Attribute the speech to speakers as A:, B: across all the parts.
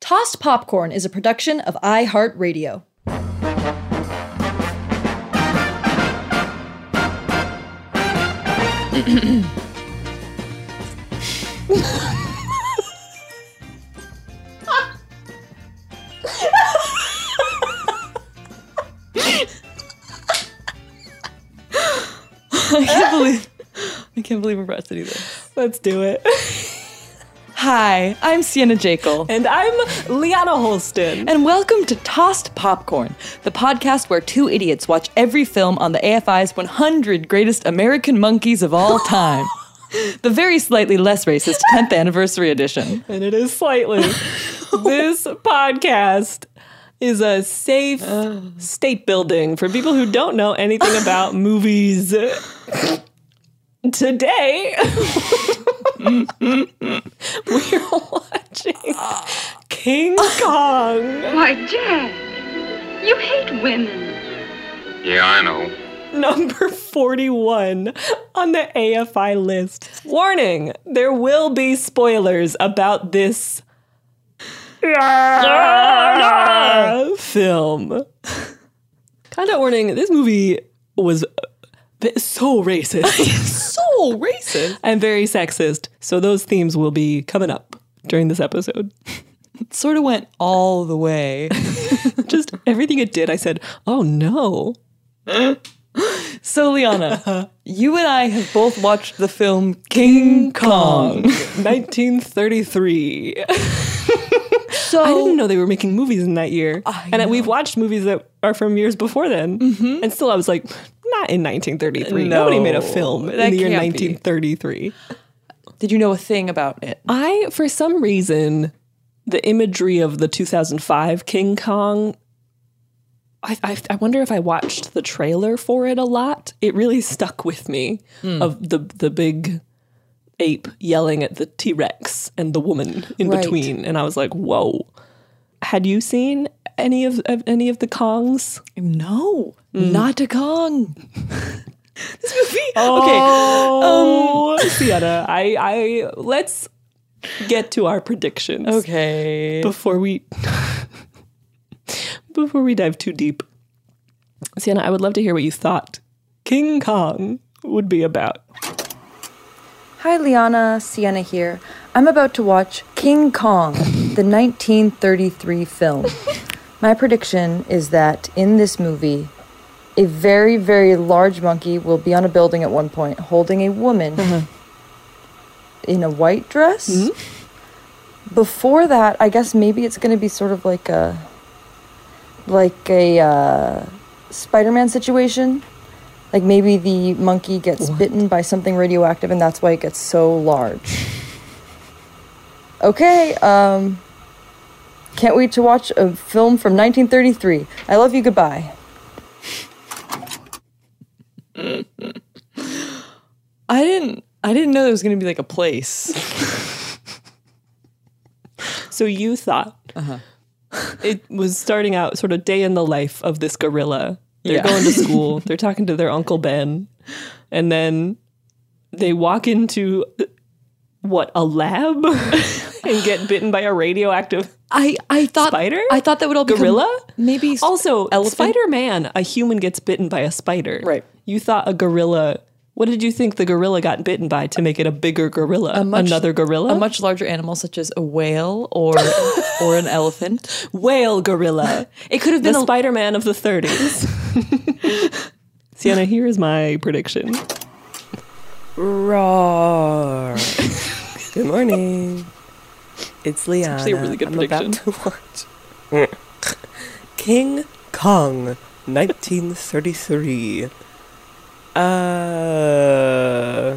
A: Tossed Popcorn is a production of iHeartRadio.
B: I can't believe I can't believe I'm about either.
A: Let's do it.
B: Hi, I'm Sienna Jekyll.
A: And I'm Liana Holston.
B: And welcome to Tossed Popcorn, the podcast where two idiots watch every film on the AFI's 100 Greatest American Monkeys of All Time. the very slightly less racist 10th Anniversary Edition.
A: And it is slightly. this podcast is a safe state building for people who don't know anything about movies. Today. We're watching King Kong.
C: Why, Jack, you hate women.
D: Yeah, I know.
A: Number 41 on the AFI list. Warning there will be spoilers about this film. Content warning this movie was so racist.
B: so racist.
A: and very sexist. So those themes will be coming up during this episode.
B: It sort of went all the way.
A: Just everything it did, I said, oh no.
B: so, Liana, you and I have both watched the film King, King Kong,
A: 1933. So I didn't know they were making movies in that year, I and know. we've watched movies that are from years before then. Mm-hmm. And still, I was like, not in 1933. No, Nobody made a film in the year 1933. Be.
B: Did you know a thing about it?
A: I, for some reason, the imagery of the 2005 King Kong. I, I, I wonder if I watched the trailer for it a lot. It really stuck with me
B: Hmm.
A: mm. of the the big ape yelling at the T Rex and the woman in right. between, and I was like, "Whoa!" Had you seen any of, of any of the Kongs? Hmm.
B: No, mm. not a Kong. this movie.
A: Oh, okay, um, Sienna, I, I let's get to our predictions.
B: Okay,
A: before we before we dive too deep, Sienna, I would love to hear what you thought King Kong would be about.
E: Hi, Liana. Sienna here. I'm about to watch King Kong, the 1933 film. My prediction is that in this movie, A very, very large monkey will be on a building at one point holding a woman in a white dress. Before that, I guess maybe it's going to be sort of like a like a uh, Spider-Man situation. Like maybe the monkey gets bitten by something radioactive, and that's why it gets so large. Okay, um, can't wait to watch a film from 1933. I love you. Goodbye.
B: I didn't I didn't know there was going to be like a place.
A: So you thought
B: Uh-huh.
A: it was starting out sort of day in the life of this gorilla. They're
B: Yeah.
A: going to school, they're talking to their Uncle Ben, and then they walk into what, a lab? and get bitten by a radioactive
B: I I thought
A: spider?
B: I thought that would all become-
A: gorilla?
B: Maybe
A: also Spider Man, a human gets bitten by a spider. Right. You thought a gorilla what did you think the gorilla got bitten by to make it a bigger gorilla?
B: A much-
A: Another gorilla?
B: a much larger animal such as a whale or or an elephant.
A: Whale gorilla.
B: It could have been
A: the
B: a-
A: Spider Man of the 30s. Sienna, here is my prediction.
F: Roar. Good morning. It's Leon.
A: actually a really good
F: I'm
A: prediction.
F: about to watch King Kong, 1933. Uh,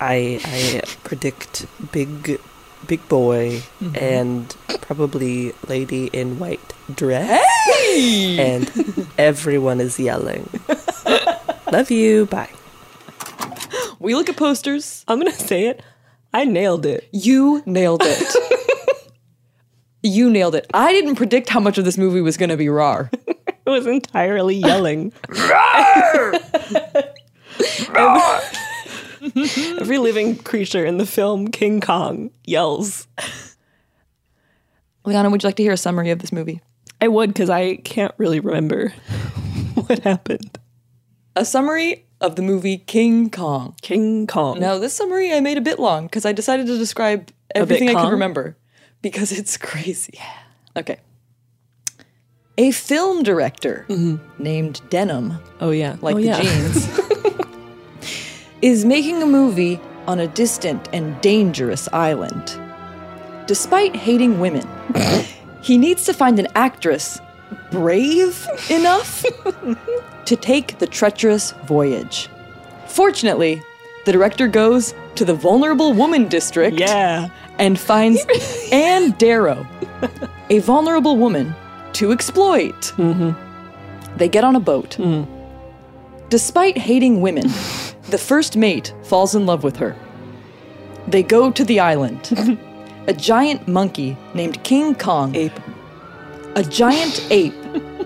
F: I I predict big big boy
A: Mm-hmm.
G: Mhm.
F: and probably lady in white dress. And everyone is yelling. Love you. Bye.
B: We look at posters.
A: I'm going to say it. I nailed it.
B: You nailed it. you nailed it. I didn't predict how much of this movie was going to be raw.
A: It was entirely yelling. every, every living creature in the film King Kong yells.
B: Liana, would you like to hear a summary of this movie?
A: I would because I can't really remember what happened.
B: A summary of the movie King Kong.
A: King Kong.
B: Now, this summary I made a bit long because I decided to describe
A: A bit
B: everything I
A: Kong?
B: could remember because it's crazy. Yeah. Okay. A film director named Denim.
A: Mm-hmm. Oh, yeah.
B: Like
A: Oh,
B: the
A: yeah.
B: jeans. is making a movie on a distant and dangerous island. Despite hating women, he needs to find an actress brave enough to take the treacherous voyage. Fortunately, the director goes to the vulnerable woman district and finds Anne Darrow, a vulnerable woman to exploit. They get on a boat. Despite hating women, the first mate falls in love with her. They go to the island. a giant monkey named King Kong. Ape. A giant ape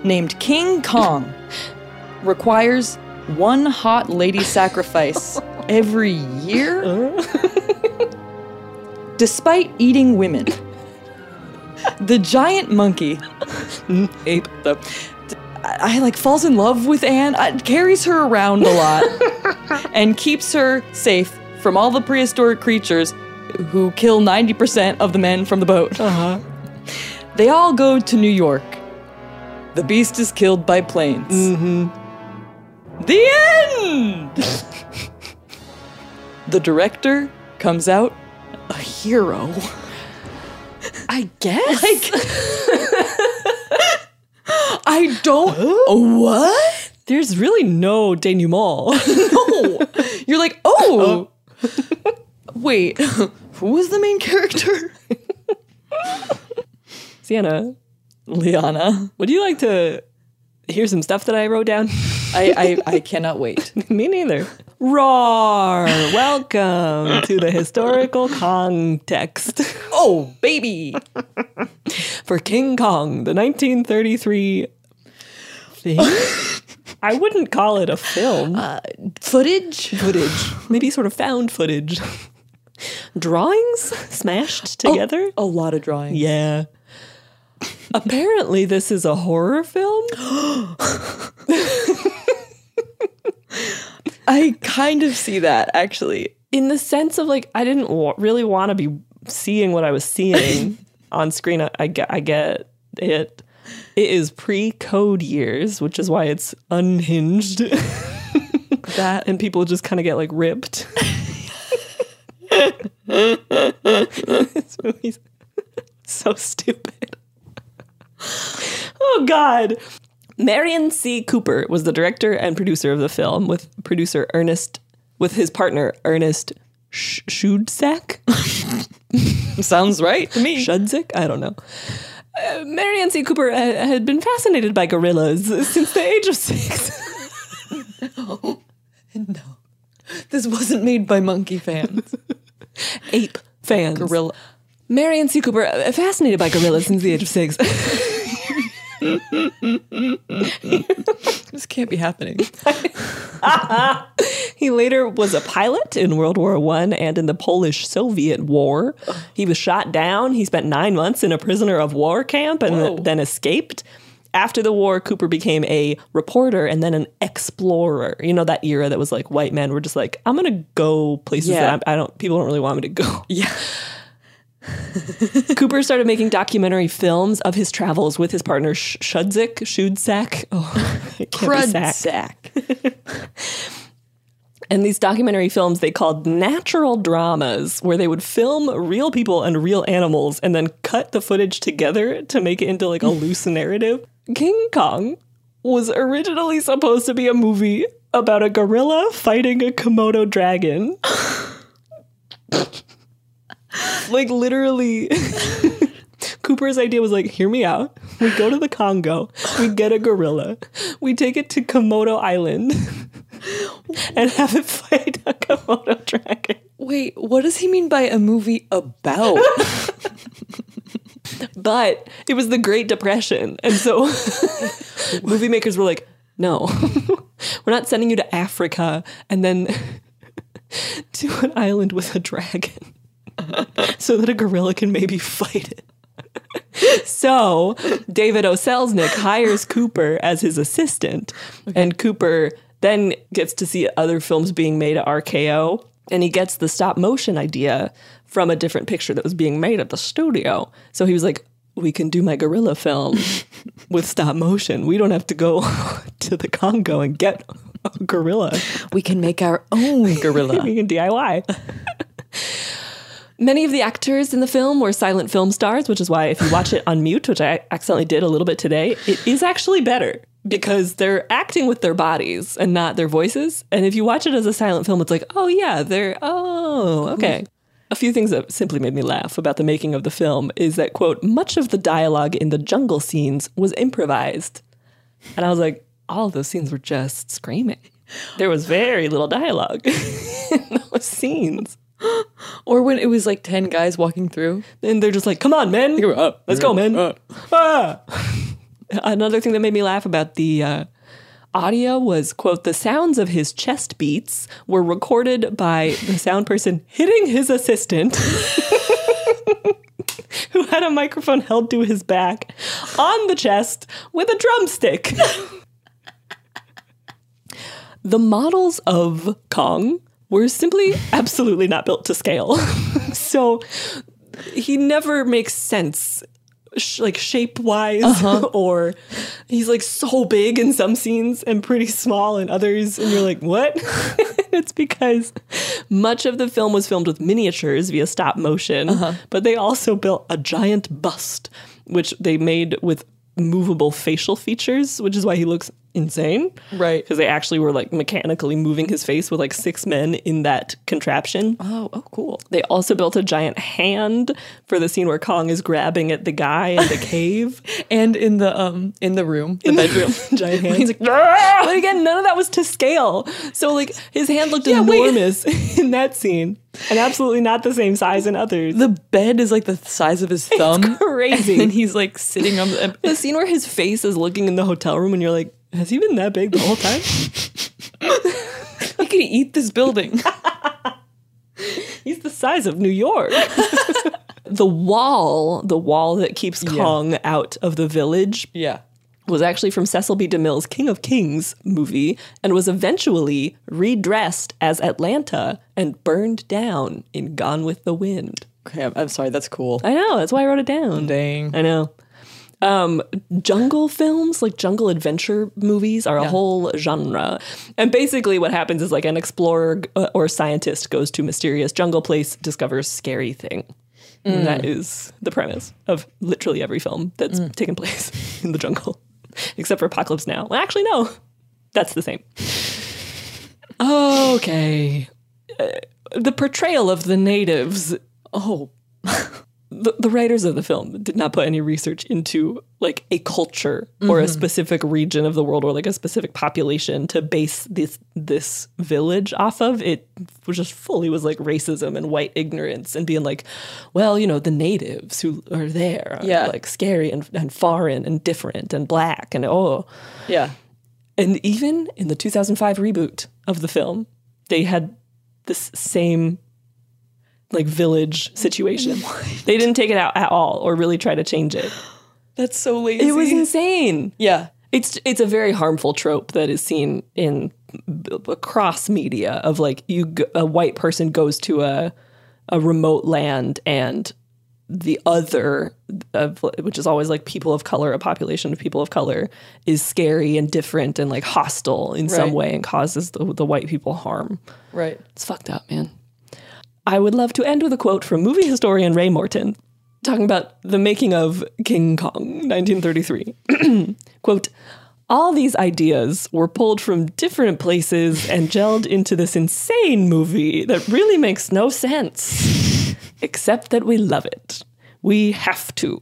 B: named King Kong requires one hot lady sacrifice every year. Uh-huh. Despite eating women, the giant monkey, ape, uh, I, I, like falls in love with Anne, I, carries her around a lot, and keeps her safe from all the prehistoric creatures who kill 90% of the men from the boat. Uh-huh. They all go to New York. The beast is killed by planes. Mm-hmm. The end! the director comes out a hero. I guess. I don't.
A: Oh,
B: what?
A: There's really no denouement.
B: no. You're like, oh. Wait, who was the main character?
A: Sienna,
B: Liana.
A: would you like to hear some stuff that I wrote down?
B: I, I, I cannot wait.
A: Me neither. Roar! Welcome to the historical context.
B: Oh, baby!
A: For King Kong, the 1933 thing. I wouldn't call it a film.
B: footage?
A: Footage. Maybe sort of found footage. Drawings smashed together?
B: Oh, a lot of drawings.
A: Yeah. Apparently, this is a horror film.
B: I kind of see that actually.
A: In the sense of like, I didn't wa- really want to be seeing what I was seeing on screen. I, I, get, I get it. It is pre code years, which is why it's unhinged. that and people just kind of get like ripped. this movie's so stupid. Oh God. Marion C. Cooper was the director and producer of the film with producer Ernest with his partner Ernest Sh- Shudsack. Sounds right to me. Shudzik? I don't know. Uh, Marion C. Cooper uh, had been fascinated by gorillas since the age of six.
B: no, this wasn't made by monkey fans.
A: Ape fans. Gorilla. Marion C. Cooper, uh, fascinated by gorillas since the age of six.
B: this can't be happening.
A: he later was a pilot in World War One and in the Polish Soviet War. He was shot down. He spent nine months in a prisoner of war camp and
B: Whoa.
A: then escaped. After the war, Cooper became a reporter and then an explorer. You know that era that was like white men were just like, "I'm gonna go places
B: Yeah.
A: that I'm, I don't people don't really want me to go." Yeah. Cooper started making documentary films of his travels with his partner Sh- Shudzik, Shudsack. Oh, it can't be sack.
B: Crudsack.
A: And these documentary films they called natural dramas, where they would film real people and real animals and then cut the footage together to make it into like a loose narrative. King Kong was originally supposed to be a movie about a gorilla fighting a Komodo dragon. like literally Cooper's idea was like, hear me out. We go to the Congo, we get a gorilla, we take it to Komodo Island and have it fight a Komodo dragon.
B: Wait, what does he mean by a movie about?
A: But it was the Great Depression. And so movie makers were like, no, we're not sending you to Africa and then to an island with a dragon so that a gorilla can maybe fight it. so David O. Selznick hires Cooper as his assistant, and Cooper then gets to see other films being made at RKO, and he gets the stop motion idea from a different picture that was being made at the studio. So he was like, "We can do my gorilla film with stop motion. We don't have to go to the Congo and get a gorilla.
B: we can make our own gorilla.
A: we can DIY." Many of the actors in the film were silent film stars, which is why if you watch it on mute, which I accidentally did a little bit today, it is actually better because they're acting with their bodies and not their voices. And if you watch it as a silent film, it's like, oh yeah, they're oh okay. A few things that simply made me laugh about the making of the film is that quote, much of the dialogue in the jungle scenes was improvised. And I was like, all of those scenes were just screaming. There was very little dialogue in those scenes.
B: Or when it was like 10 guys walking through.
A: And they're just like, come on, men. Let's go, men. Ah. Another thing that made me laugh about the uh, audio was, quote, the sounds of his chest beats were recorded by the sound person hitting his assistant, who had a microphone held to his back on the chest with a drumstick. the models of Kong were simply absolutely not built to scale. so he never makes sense sh- like shape wise or he's like so big in some scenes and pretty small in others and you're like what it's because much of the film was filmed with miniatures via stop motion but they also built a giant bust which they made with movable facial features which is why he looks insane
B: Right.
A: because they actually were like mechanically moving his face with like six men in that contraption
B: Oh, oh, cool.
A: they also built a giant hand for the scene where Kong is grabbing at the guy in the cave.
B: And in the um in the room, the bedroom.
A: giant hand.
B: He's like, "Ah!"
A: but again, none of that was to scale. So like his hand looked
B: Yeah, wait.
A: enormous in that scene, and absolutely not the same size in others.
B: the bed is like the size of his thumb.
A: crazy.
B: And he's like sitting on the
A: the scene where his face is looking in the hotel room, and you're like, has he been that big the whole time?
B: He could eat this building.
A: He's the size of New York. the wall, the wall that keeps Kong out of the village
B: yeah.
A: was actually from Cecil B. DeMille's King of Kings movie and was eventually redressed as Atlanta and burned down in Gone with the Wind.
B: Okay, I'm, I'm sorry, that's cool.
A: I know, that's why I wrote it down.
B: Dang.
A: I know. Um, jungle films, like jungle adventure movies, are a
F: Yeah.
A: whole genre. And basically, what happens is like an explorer uh, or scientist goes to mysterious jungle place, discovers scary thing. And
F: Mm.
A: That is the premise of literally every film that's
F: Mm.
A: taken place in the jungle, except for Apocalypse Now. Well, actually, no, that's the same. Okay. Uh, the portrayal of the natives. Oh. the, the writers of the film did not put any research into like a culture or a
F: Mhm.
A: specific region of the world or like a specific population to base this this village off of. It was just fully was like racism and white ignorance and being like, well, you know, the natives who are there are
B: Yeah.
A: like scary and, and foreign and different and black and oh
B: Yeah.
A: and even in the 2005 reboot of the film, they had this same like village situation. They didn't take it out at all or really try to change it.
B: That's so lazy.
A: It was insane.
B: Yeah.
A: It's it's a very harmful trope that is seen in b- across media of like you g- a white person goes to a a remote land and the other of which is always like people of color a population of people of color is scary and different and like hostile in some
B: Right.
A: way and causes the, the white people harm
B: Right.
A: it's fucked up man i would love to end with a quote from movie historian ray morton talking about the making of king kong 1933 quote all these ideas were pulled from different places and gelled into this insane movie that really makes no sense except that we love it we have to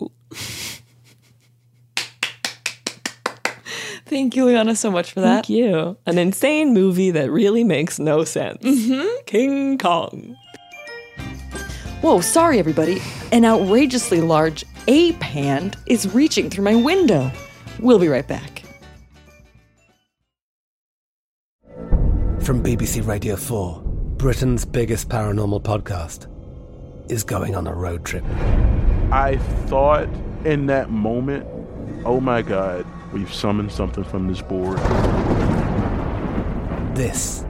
B: Thank you, Liana, so much for that.
A: Thank you. An insane movie that really makes no sense.
B: Mm-hmm.
A: King Kong.
B: Whoa, sorry, everybody. An outrageously large ape hand is reaching through my window. We'll be right back.
H: From BBC Radio 4, Britain's biggest paranormal podcast is going on a road trip.
I: I thought in that moment, oh my God, we've summoned something from this board.
H: This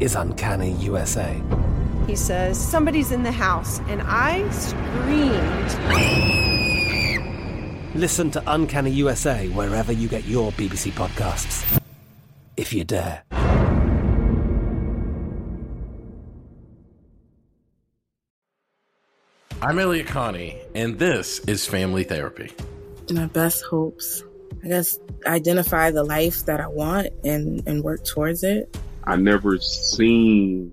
H: is Uncanny USA.
J: He says, Somebody's in the house. And I screamed.
H: Listen to Uncanny USA wherever you get your BBC podcasts, if you dare.
K: I'm Elliot Connie, and this is Family Therapy.
G: my best hopes. I guess identify the life that I want and and work towards it.
D: I never seen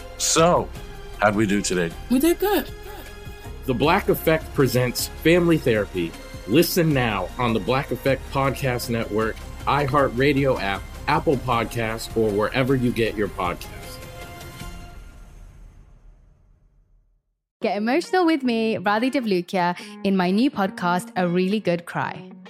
K: So, how'd we do today?
G: We did good.
K: The Black Effect presents Family Therapy. Listen now on the Black Effect Podcast Network, iHeartRadio app, Apple Podcasts, or wherever you get your podcasts.
L: Get emotional with me, Radhi Devlukia, in my new podcast, A Really Good Cry.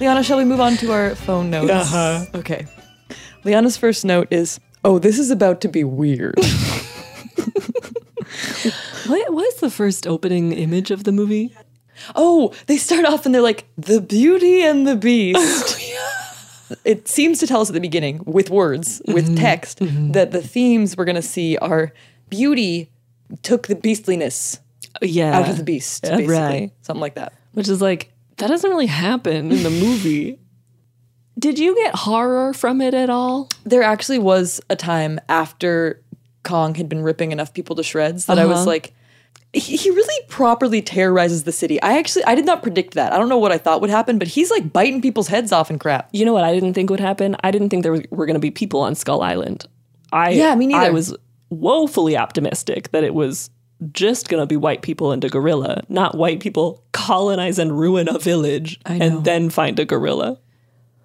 B: Liana, shall we move on to our phone notes?
F: Uh-huh.
B: Okay. Liana's first note is, "Oh, this is about to be weird."
A: What was the first opening image of the movie?
B: Oh, they start off and they're like, "The Beauty and the Beast." It seems to tell us at the beginning with words, with
A: Mm-hmm.
B: text, that the themes we're going to see are beauty took the beastliness
A: Yeah.
B: out of the beast,
A: Yeah,
B: basically.
A: right.
B: Something like that.
A: Which is like, that doesn't really happen in the movie. Did you get horror from it at all?
B: There actually was a time after Kong had been ripping enough people to shreds that I was
A: Uh-huh.
B: like, he, he really properly terrorizes the city. I actually I did not predict that. I don't know what I thought would happen, but he's like biting people's heads off and crap.
A: You know what I didn't think would happen? I didn't think there was, were going to be people on Skull Island. I
B: Yeah, me neither.
A: I was woefully optimistic that it was just going to be white people and a gorilla, not white people colonize and ruin a village and then find a gorilla.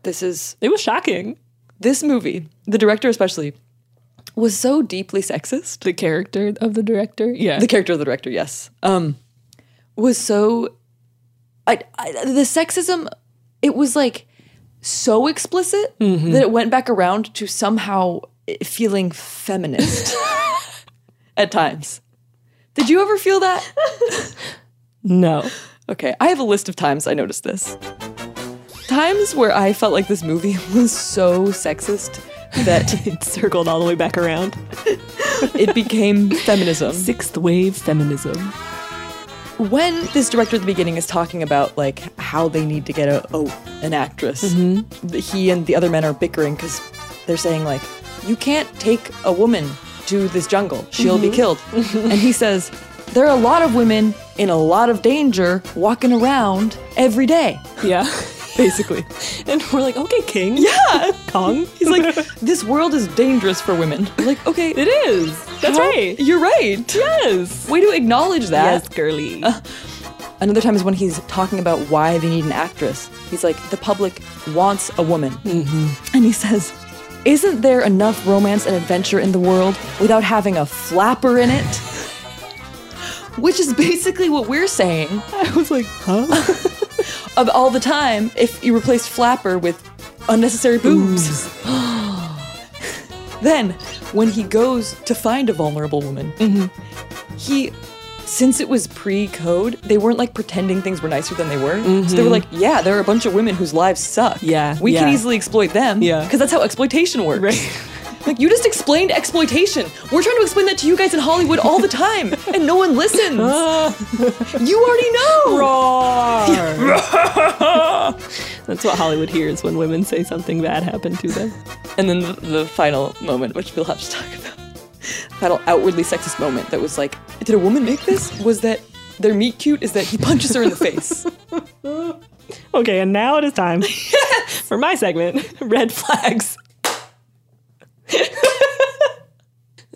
B: This is
A: it was shocking.
B: This movie, the director especially, was so deeply sexist.
A: The character of the director, yeah.
B: the character of the director, yes, um, was so. I, I the sexism, it was like so explicit
A: Mhm.
B: that it went back around to somehow feeling feminist at times. Did you ever feel that?
A: No.
B: Okay, I have a list of times I noticed this. Times where I felt like this movie was so sexist that
A: it circled all the way back around.
B: it became feminism.
A: Sixth wave feminism.
B: when this director at the beginning is talking about like how they need to get a oh an actress
A: Mhm.
B: he and the other men are bickering because they're saying like you can't take a woman to this jungle she'll be
A: Mhm.
B: killed and he says there are a lot of women in a lot of danger walking around every day
A: yeah basically and we're like okay king
B: yeah
A: kong
B: he's like this world is dangerous for women We're like okay
A: it is That's right.
B: you're right
A: yes
B: way to acknowledge that Uh,
A: Yes, girly.
B: Another time is when he's talking about why they need an actress. He's like, the public wants a woman.
A: Mm-hmm.
B: And he says, Isn't there enough romance and adventure in the world without having a flapper in it? Which is basically what we're saying. I
A: was like, huh?
B: of all the time, if you replace flapper with unnecessary boobs. then, when he goes to find a vulnerable woman,
A: Mm-hmm.
B: he since it was pre-code they weren't like pretending things were nicer than they were so they were
A: Mhm.
B: like yeah there are a bunch of women whose lives suck
A: Yeah,
B: we can
A: yeah.
B: easily exploit them
A: Yeah.
B: because that's how exploitation works like you just explained exploitation we're trying to explain that to you guys in hollywood all the time and no one listens you already know
A: That's what Hollywood hears when women say something bad happened to them.
B: and then the, the final moment which we'll have to talk about final outwardly sexist moment that was like did a woman make this was that their meet cute is that he punches her in the face
A: Okay, and now it is time for my segment, Red Flags.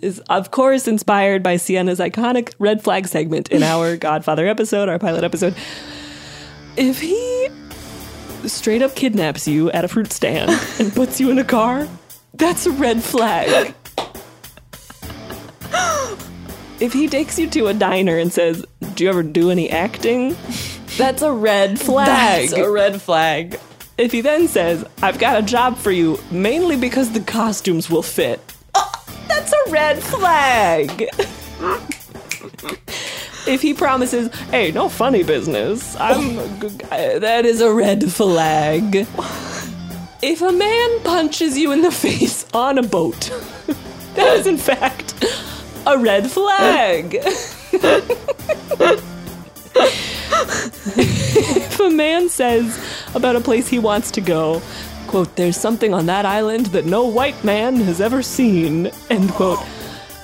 A: is of course inspired by Sienna's iconic red flag segment in our Godfather episode, our pilot episode. If he straight up kidnaps you at a fruit stand and puts you in a car, that's a red flag. if he takes you to a diner and says, "Do you ever do any acting?" That's a red flag.
B: That's a red flag.
A: If he then says, "I've got a job for you, mainly because the costumes will fit." That's a red flag. if he promises, "Hey, no funny business," I'm uh, that is a red flag. If a man punches you in the face on a boat, that is in fact a red flag. if a man says about a place he wants to go, quote, there's something on that island that no white man has ever seen, end quote.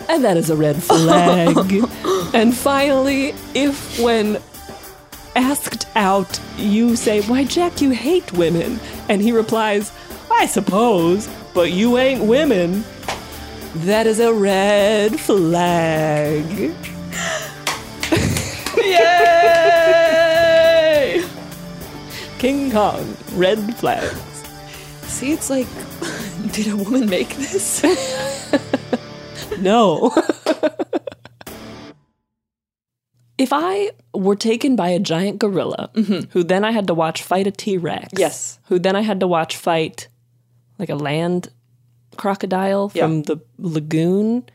A: And that is a red flag. and finally, if when asked out, you say, Why, Jack, you hate women. And he replies, I suppose, but you ain't women. That is a red flag. Yay! King Kong, red flags. See, it's like, did a woman make this? no. if I were taken by a giant gorilla, who then I had to watch fight a T Rex,
B: Mm-hmm. Yes.
A: who then I had to watch fight like a land crocodile
B: Yeah.
A: from the lagoon,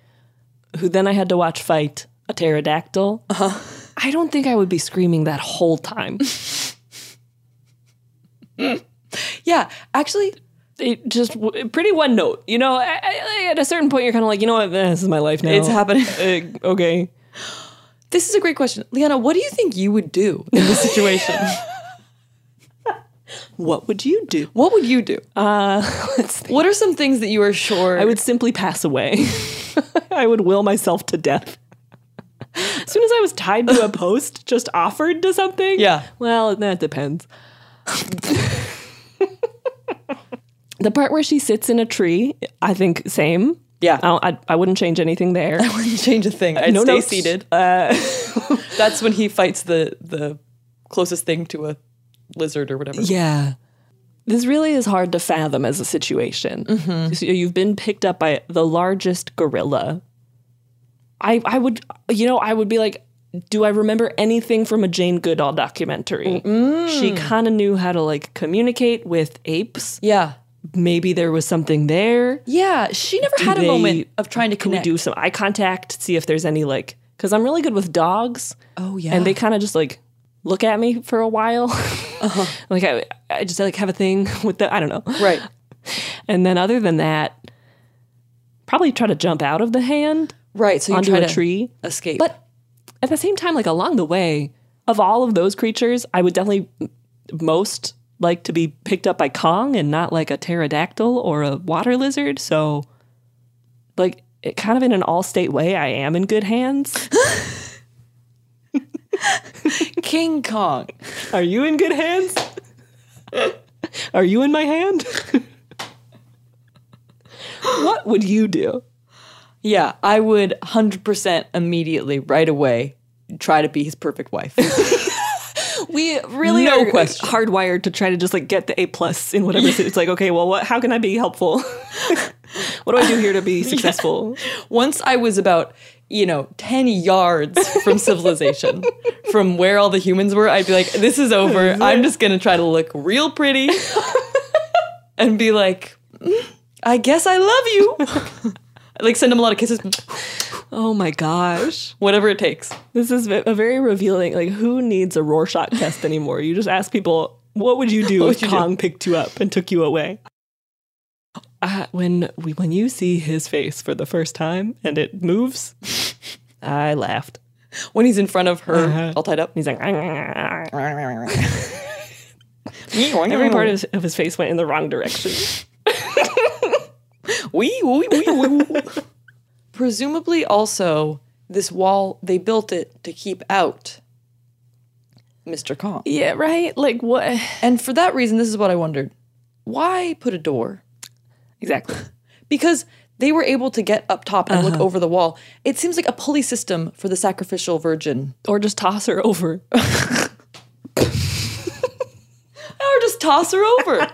A: who then I had to watch fight a pterodactyl,
B: Uh-huh.
A: I don't think I would be screaming that whole time.
B: yeah, actually,
A: it just w- pretty one note. You know, I, I, at a certain point, you're kind of like, you know what, Eh, this is my life now.
B: It's happening.
A: Uh, okay.
B: This is a great question. Liana, what do you think you would do in this situation?
A: what would you do?
B: What would you do?
A: Uh, let's
B: What are some things that you are sure?
A: I would simply pass away. I would will myself to death. As soon as I was tied to a post, just offered to something.
B: Yeah.
A: Well, that depends. the part where she sits in a tree, I think same.
B: Yeah.
A: I, I, I wouldn't change anything there. I
B: wouldn't change a thing. I'd stay seated.
A: Uh,
B: That's when he fights the the closest thing to a lizard or whatever.
A: Yeah. This really is hard to fathom as a situation.
B: Mhm.
A: So you've been picked up by the largest gorilla. I I would you know, I would be like, do I remember anything from a Jane Goodall documentary? She kind of knew how to like communicate with apes.
B: Yeah.
A: Maybe there was something there.
B: Yeah, she never
A: Do
B: had a
A: they-
B: moment of trying to
A: Can we
B: connect.
A: do some eye contact? See if there's any like cuz I'm really good with dogs.
B: Oh yeah.
A: And they kind of just like look at me for a while. like I, I just like have a thing with the I don't know.
B: Uh-huh. Right.
A: And then other than that, probably try to jump out of the hand.
B: Right. So you
A: onto
B: try
A: a
B: to
A: tree.
B: escape.
A: But at the same time, like along the way, of all of those creatures, I would definitely m- most like to be picked up by Kong and not like a pterodactyl or a water lizard. So like it, kind of in an all state way, I am in good hands.
B: King Kong.
A: Are you in good hands? Are you in my hand? what would you do?
B: Yeah, I would 100% immediately, right away, try to be his perfect wife.
A: We really
B: No
A: are
B: question.
A: hardwired to try to just like get the A plus in whatever. si- It's like, okay, well, what, how can I be helpful? what do I do here to be successful?
B: Once I was about, you know, 10 yards from civilization, from where all the humans were, I'd be like, this is over. I'm just going to try to look real pretty and be like, "Mm, I guess I love you. like, send him a lot of kisses,
A: Oh my gosh.
B: whatever it takes.
A: This is ve- a very revealing. Like, who needs a Rorschach test anymore? You just ask people, what would you do
B: What
A: if
B: would you do?
A: Kong picked you up and took you away? Uh, when we, when you see his face for the first time and it moves, I laughed.
B: When he's in front of her,
A: Uh-huh.
B: all tied up,
A: he's like, every part of, of his face went in the wrong direction.
B: Wee, wee, wee, wee, wee. Presumably, also, this wall, they built it to keep out Mr. Kong.
A: Yeah, right? Like, what?
B: And for that reason, this is what I wondered why put a door?
A: Exactly. Uh-huh.
B: Because they were able to get up top and look over the wall. It seems like a pulley system for the sacrificial virgin.
A: Or just toss her over.
B: Or just toss her over.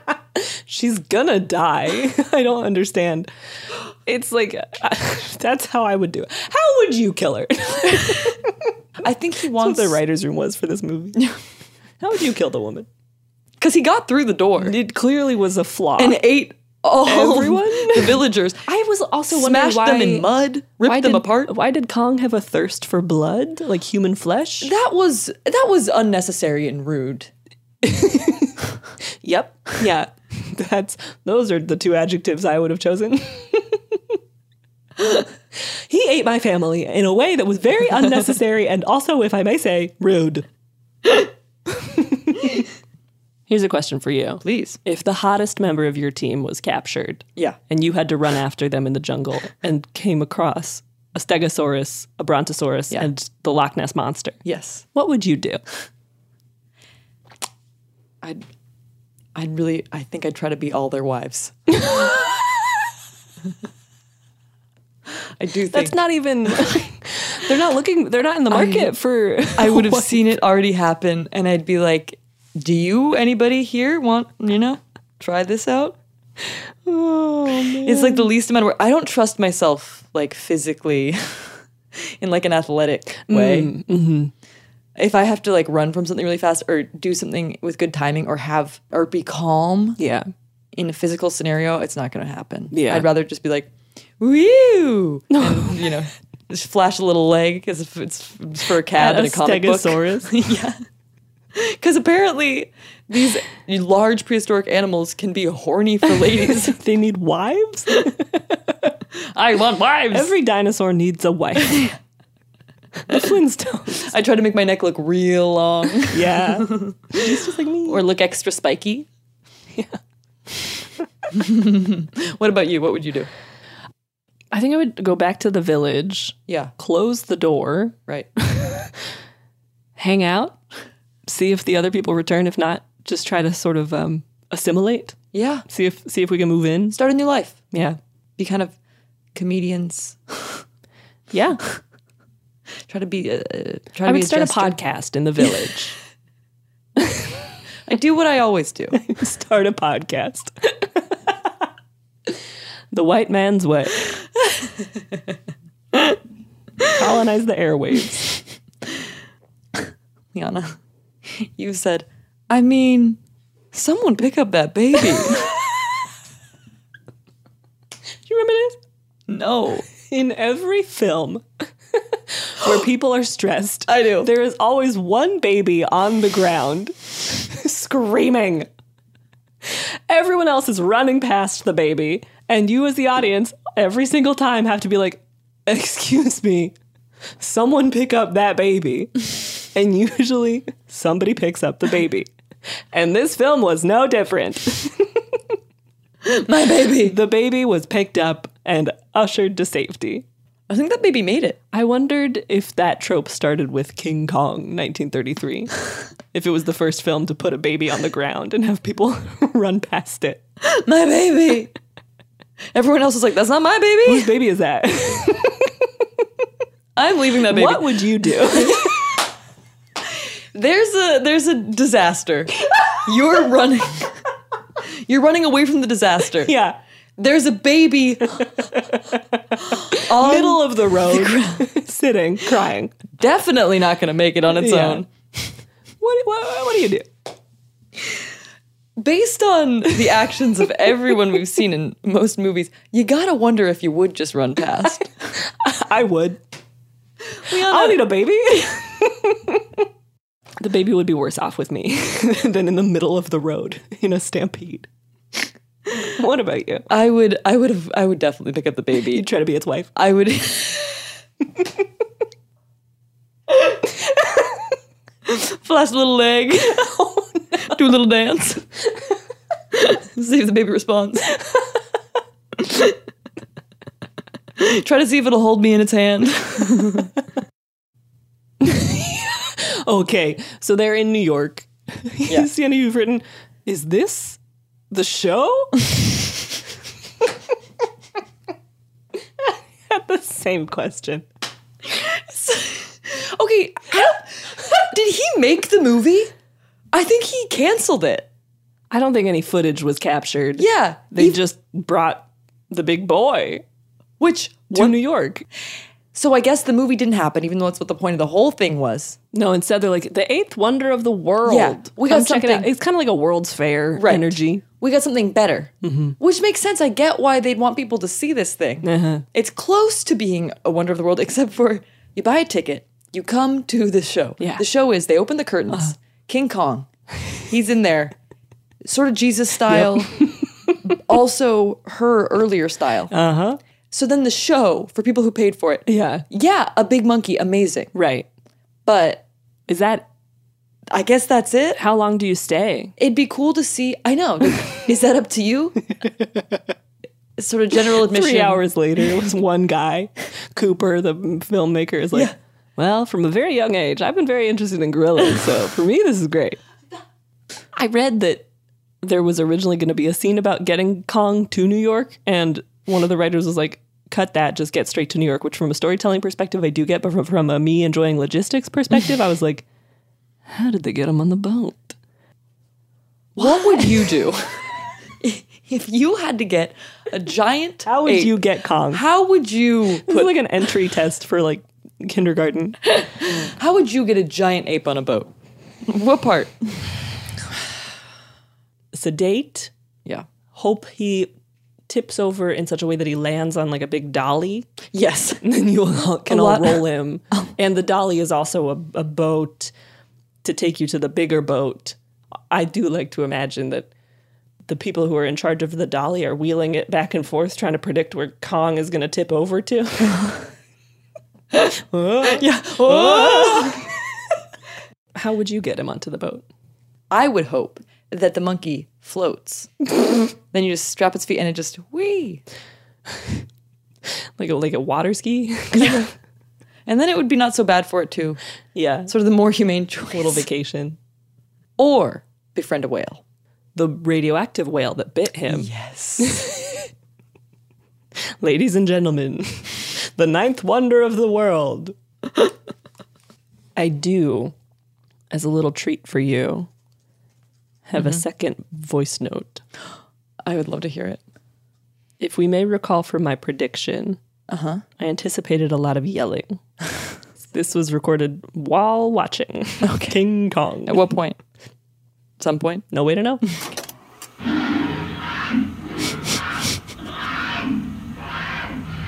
A: She's gonna die. I don't understand. It's like, uh, that's how I would do it. How would you kill her?
B: I think he
A: That's what
B: wants.
A: the writer's room was for this movie. How would you kill the woman?
B: Because he got through the door
A: It clearly was a flaw.
B: and ate all
A: Everyone?
B: the villagers.
A: I was also wondering
B: smashed
A: why
B: them in mud, ripped
A: why
B: them
A: did-
B: apart.
A: Why did Kong have a thirst for blood, like human flesh?
B: That was that was unnecessary and rude.
A: Yep. Yeah. That's those are the two adjectives I would have chosen. he ate my family in a way that was very unnecessary and also, if I may say, rude. Here's a question for you.
B: Please.
A: If the hottest member of your team was captured
B: Yeah.
A: and you had to run after them in the jungle and came across a stegosaurus, a brontosaurus,
B: Yeah.
A: and the Loch Ness monster,
B: Yes.
A: what would you do?
B: I'd I'd really I think I'd try to be all their wives. I do think
A: That's not even. they're not looking. They're not in the market for.
B: I would have seen it already happen and I'd be like, Do you anybody here want, you know, try this out?
A: Oh,
B: It's like the least amount of work. I don't trust myself like physically in like an athletic way.
A: Mm,
B: mm-hmm.
A: mhm.
B: If I have to like run from something really fast or do something with good timing or have or be calm
A: Yeah.
B: in a physical scenario, it's not going to happen.
A: Yeah.
B: I'd rather just be like, woo, and, you know, just flash a little leg because it's, it's for a cat
A: Add
B: and
A: a
B: a comic book.
A: stegosaurus.
B: yeah. Because apparently these large prehistoric animals can be horny for ladies.
A: they need wives?
B: I want wives.
A: Every dinosaur needs a wife. the Flintstones.
B: I try to make my neck look real long.
A: Yeah.
B: Or look extra spiky. Yeah. what about you? What would you do?
A: I think I would go back to the village.
B: Yeah.
A: Close the door.
B: Right.
A: hang out. See if the other people return. If not, just try to sort of um, assimilate.
B: Yeah.
A: See if see if we can move in.
B: Start a new life.
A: Yeah.
B: Be kind of comedians.
A: Yeah.
B: try to be. Uh, try to
A: I
B: be
A: would start a
B: jester.
A: podcast in the village.
B: I do what I always do.
A: start a podcast. the white man's way. Colonize the airwaves.
B: Liana, you said, I mean, someone pick up that baby. Do
A: you remember this?
B: No.
A: In every film where people are stressed,
B: I do.
A: There is always one baby on the ground screaming. Everyone else is running past the baby, and you, as the audience, every single time have to be like, Excuse me, someone pick up that baby. And usually somebody picks up the baby. And this film was no different.
B: My baby.
A: The baby was picked up and ushered to safety.
B: I think that baby made it.
A: I wondered if that trope started with King Kong 1933. if it was the first film to put a baby on the ground and have people run past it.
B: My baby. Everyone else is like, that's not my baby.
A: Whose baby is that?
B: I'm leaving that baby.
A: What would you do?
B: There's a there's a disaster. You're running. You're running away from the disaster.
A: Yeah.
B: There's a baby on
A: Middle of the road, sitting, crying.
B: definitely not going to make it on its
A: Yeah.
B: own.
A: What, what, what do you do?
B: Based on the actions of everyone we've seen in most movies, you gotta wonder if you would just run past.
A: I would.
B: Liana,
A: I'll need a baby. the baby would be worse off with me than in the middle of the road in a stampede. What about you?
B: I would. I would have. I would definitely pick up the baby.
A: You'd try to be its wife.
B: I would. Flash a little leg. Do a little dance. see if the baby responds. Try to see if it'll hold me in its hand.
A: Okay, so they're in New York. Sienna, you've written, is this the show? Had the same question.
B: Okay, I don't, did he make the movie? I think he canceled it.
A: I don't think any footage was captured.
B: Yeah,
A: They
B: he-
A: just brought the big boy
B: which
A: to New York.
B: so I guess the movie didn't happen, even though that's what the point of the whole thing was.
A: No, instead they're like the eighth wonder of the world.
B: Yeah, we got
A: Come check it out.
B: something-
A: It's kind of like a World's Fair
B: Right.
A: energy.
B: We got something better,
A: Mm-hmm.
B: which makes sense. I get why they'd want people to see this thing.
A: Uh-huh.
B: It's close to being a wonder of the world, except for you buy a ticket, you come to the show.
A: Yeah. Uh-huh.
B: The show is they open the curtains, King Kong, he's in there, sort of Jesus style, also her earlier style.
A: Uh huh.
B: So then the show for people who paid for it,
A: Yeah.
B: yeah, a big monkey, amazing,
A: Right.
B: but
A: Is that
B: I guess that's it.
A: how long do you stay?
B: It'd be cool to see. I know. Is that up to you? sort of general admission.
A: Three hours later, it was one guy, Cooper, the filmmaker, is like,
B: Yeah.
A: "Well, from a very young age, I've been very interested in gorillas, so for me, this is great." I read that there was originally going to be a scene about getting Kong to New York, and one of the writers was like, "Cut that, just get straight to New York." Which, from a storytelling perspective, I do get, but from, from a me enjoying logistics perspective, I was like, "How did they get him on the boat?"
B: What would you do If you had to get a giant,
A: How would
B: ape,
A: you get Kong?
B: How would you
A: put like an entry test for like kindergarten?
B: How would you get a giant ape on a boat? What part?
A: Sedate.
B: Yeah.
A: Hope he tips over in such a way that he lands on like a big dolly.
B: Yes.
A: And then you all can
B: A
A: all
B: lot- Oh.
A: roll him. and the dolly is also a, a boat to take you to the bigger boat. I do like to imagine that the people who are in charge of the dolly are wheeling it back and forth, trying to predict where Kong is going to tip over to. yeah. Oh. How would you get him onto the boat?
B: I would hope that the monkey floats. then you just strap its feet and it just wee.
A: like a like a water ski.
B: yeah. And then it would be not so bad for it too.
A: Yeah.
B: Sort of the more humane choice.
A: Little vacation.
B: Or befriend a whale.
A: The radioactive whale that bit him.
B: Yes.
A: Ladies and gentlemen, the ninth wonder of the world. I do, as a little treat for you, have a
B: Mhm.
A: second voice note.
B: I would love to hear it.
A: If we may recall from my prediction,
B: Uh-huh.
A: I anticipated a lot of yelling. this was recorded while watching King Kong.
B: At what point? Some point?
A: No way to know.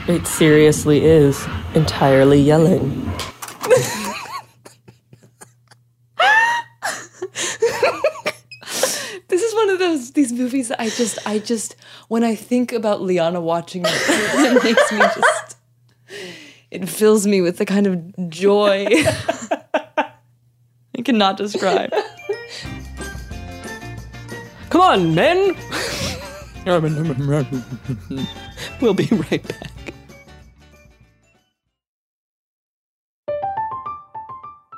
F: It seriously is entirely yelling.
B: This is one of those these movies that I just I just when I think about Liana watching it, it makes me just it fills me with the kind of joy I cannot describe.
A: Come on, men! we'll be right back.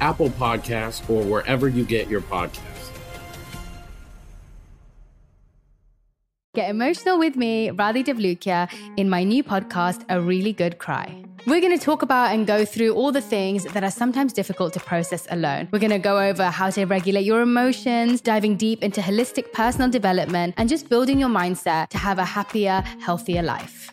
K: Apple Podcasts, or wherever you get your podcasts.
L: Get emotional with me, Radhi Devlukia, in my new podcast, A Really Good Cry. We're going to talk about and go through all the things that are sometimes difficult to process alone. We're going to go over how to regulate your emotions, diving deep into holistic personal development, and just building your mindset to have a happier, healthier life.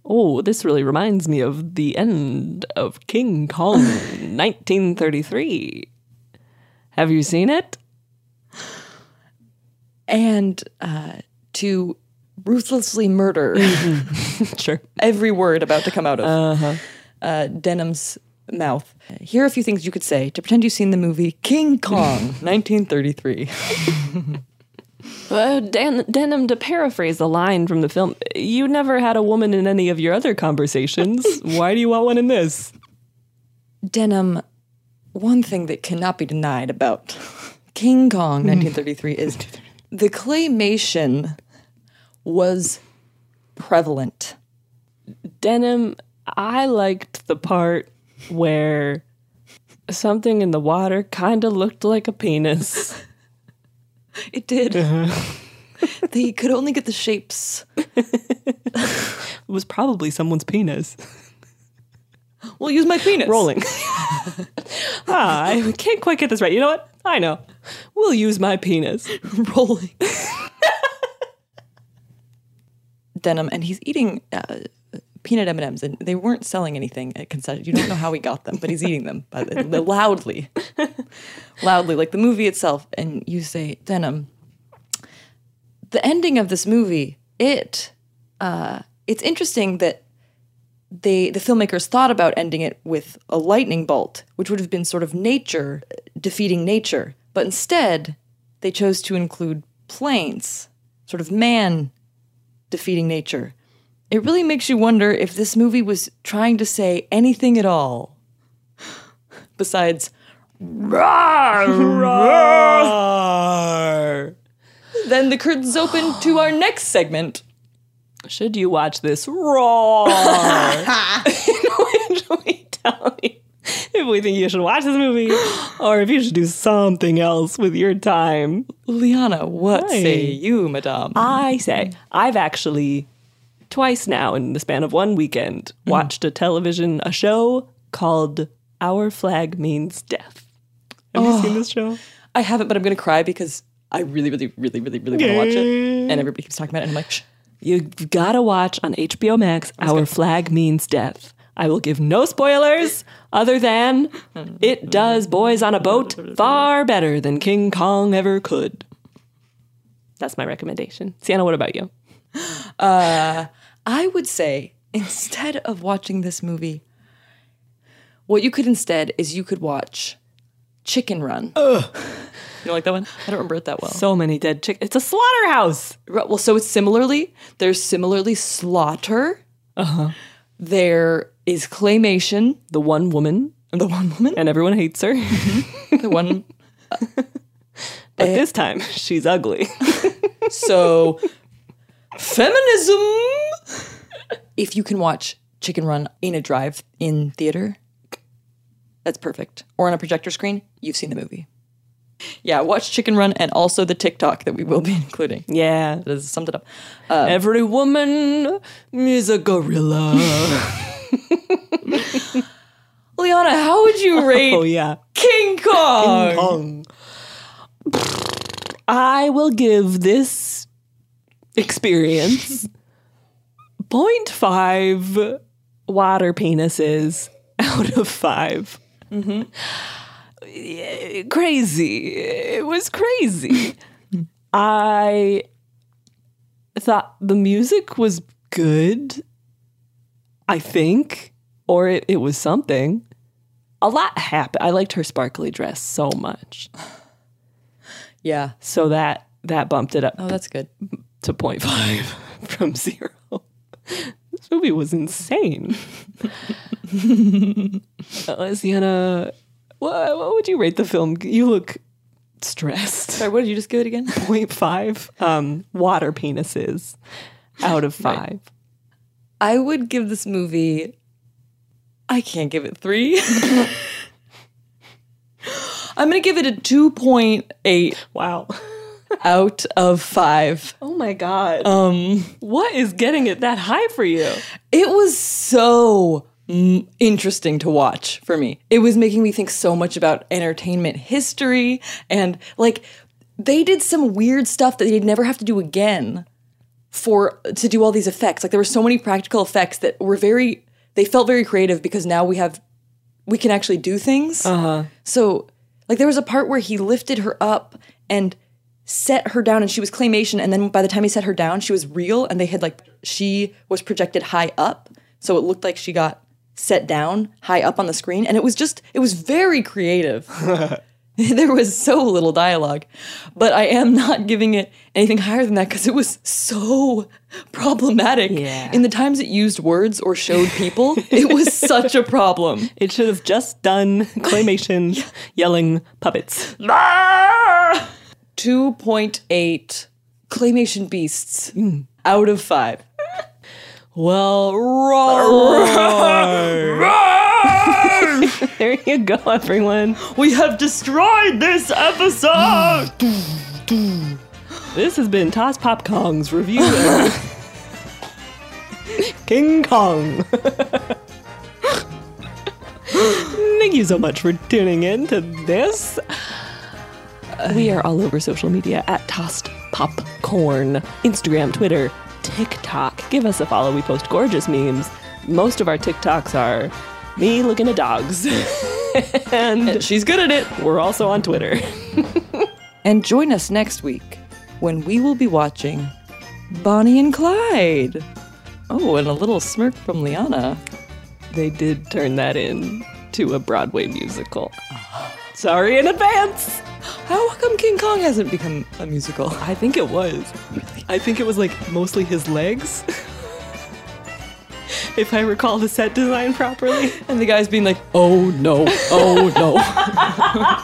A: Oh, this really reminds me of the end of King Kong 1933. Have you seen it?
B: and uh, to ruthlessly murder
A: Sure.
B: every word about to come out of uh, Denham's mouth. Here are a few things you could say to pretend you've seen the movie King Kong, 1933.
A: Uh, Dan- Denim, to paraphrase the line from the film, you never had a woman in any of your other conversations. Why do you want one in this?
B: Denham, one thing that cannot be denied about King Kong, 1933, is the claymation was prevalent.
A: Denim, I liked the part where something in the water kind of looked like a penis.
B: It did. they could only get the shapes.
A: It was probably someone's penis.
B: We'll use my penis.
A: Rolling. ah, I can't quite get this right. You know what? I know. We'll use my penis.
B: rolling denim and he's eating uh, peanut m&ms and they weren't selling anything at concession you don't know how he got them but he's eating them by the, loudly loudly like the movie itself and you say denim the ending of this movie it uh, it's interesting that they the filmmakers thought about ending it with a lightning bolt, which would have been sort of nature defeating nature, but instead they chose to include planes, sort of man defeating nature. It really makes you wonder if this movie was trying to say anything at all besides "Roar, roar." Then the curtains open to our next segment.
A: Should you watch this raw? In which we tell you if we think you should watch this movie or if you should do something else with your time.
B: Liana, what say
A: Hi.
B: you, madame?
A: I say, I've actually twice now in the span of one weekend
B: Hmm.
A: watched a television, a show called Our Flag Means Death. Have
B: Oh.
A: you seen this show?
B: I haven't, but I'm gonna cry because I really, really, really, really, really want to watch it, and everybody keeps talking about it. And I'm like, Shh.
A: You gotta watch on HBO Max Our Flag Means Death. I will give no spoilers other than it does Boys on a Boat far better than King Kong ever could. That's my recommendation. Sienna, what about you?
B: Uh, I would say instead of watching this movie, what you could instead is you could watch Chicken Run. Ugh. You don't like that one? I don't remember it that well.
A: So many dead chick. It's a slaughterhouse. Uh-huh.
B: Right, Well, so it's similarly, there's similarly slaughter. Uh huh. There is claymation.
A: The one woman.
B: The one woman.
A: And everyone hates her.
B: the one. uh, eh,
A: But this time, she's ugly.
B: so, feminism. If you can watch Chicken Run in a drive-in theater, that's perfect. Or on a projector screen, you've seen the movie. Yeah, watch Chicken Run and also the TikTok that we will be including.
A: Yeah.
B: That has summed it up. Uh,
A: Every woman is a gorilla.
B: Liana, how would you rate
A: oh, yeah.
B: King
A: King
B: Kong?
A: Kong. I will give this experience 0.5 water penises out of 5.
B: Mm-hmm.
A: Eh, Crazy. It was crazy. I thought the music was good, I think, or it, it was something. A lot happened. I liked her sparkly dress so much.
B: Yeah.
A: So that that bumped it up.
B: Oh, that's good.
A: To 0.5 from 0. this movie was insane. uh, Sienna, what, what would you rate the film? You look stressed.
B: Sorry, what did you just give it again?
A: 0.5 um, water penises out of 5.
B: I would give this movie. I can't give it three. I'm gonna give it a 2.8.
A: Wow.
B: out of five.
A: Oh my god.
B: Um,
A: what is getting it that high for you?
B: It was so mm, interesting to watch for me. It was making me think so much about entertainment history and like they did some weird stuff that they'd never have to do again for to do all these effects. Like there were so many practical effects that were very they felt very creative because now we have we can actually do things.
A: Uh-huh.
B: So like there was a part where he lifted her up and set her down and she was claymation and then by the time he set her down she was real and they had like she was projected high up so it looked like she got set down high up on the screen and it was just it was very creative there was so little dialogue but i am not giving it anything higher than that because it was so problematic
A: Yeah.
B: in the times it used words or showed people it was such a problem
A: It should have just done claymation yelling puppets.
B: Ah! 2.8 claymation beasts
A: Mm.
B: out of 5
A: Well, roar. there you go, everyone.
B: We have destroyed this episode.
A: this has been Toss Pop Kong's review of King Kong. Thank you so much for tuning in to this. We are all over social media at Tossed Popcorn, Instagram, Twitter, TikTok. Give us a follow. We post gorgeous memes. Most of our TikToks are me looking at dogs. and,
B: she's good at it.
A: We're also on Twitter.
B: And join us next week when we will be watching Bonnie and Clyde. Oh, and a little smirk from Liana.
A: They did turn that in to a Broadway musical. Sorry in advance.
B: How come King Kong hasn't become a musical?
A: I think it was. I think it was like mostly his legs. if I recall the set design properly.
B: And the guy's being like, oh no, oh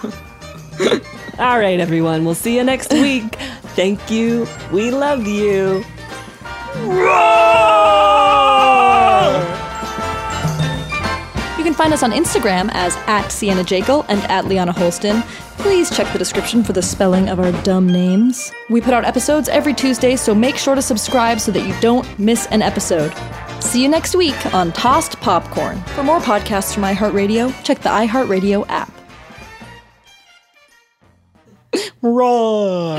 B: no.
A: All right, everyone. We'll see you next week. Thank you. We love you.
B: You can find us on Instagram as at Sienna Jekyll and at Liana Holston. Please check the description for the spelling of our dumb names. We put out episodes every Tuesday, so make sure to subscribe so that you don't miss an episode. See you next week on Tossed Popcorn. For more podcasts from iHeartRadio, check the iHeartRadio app.
A: Roar.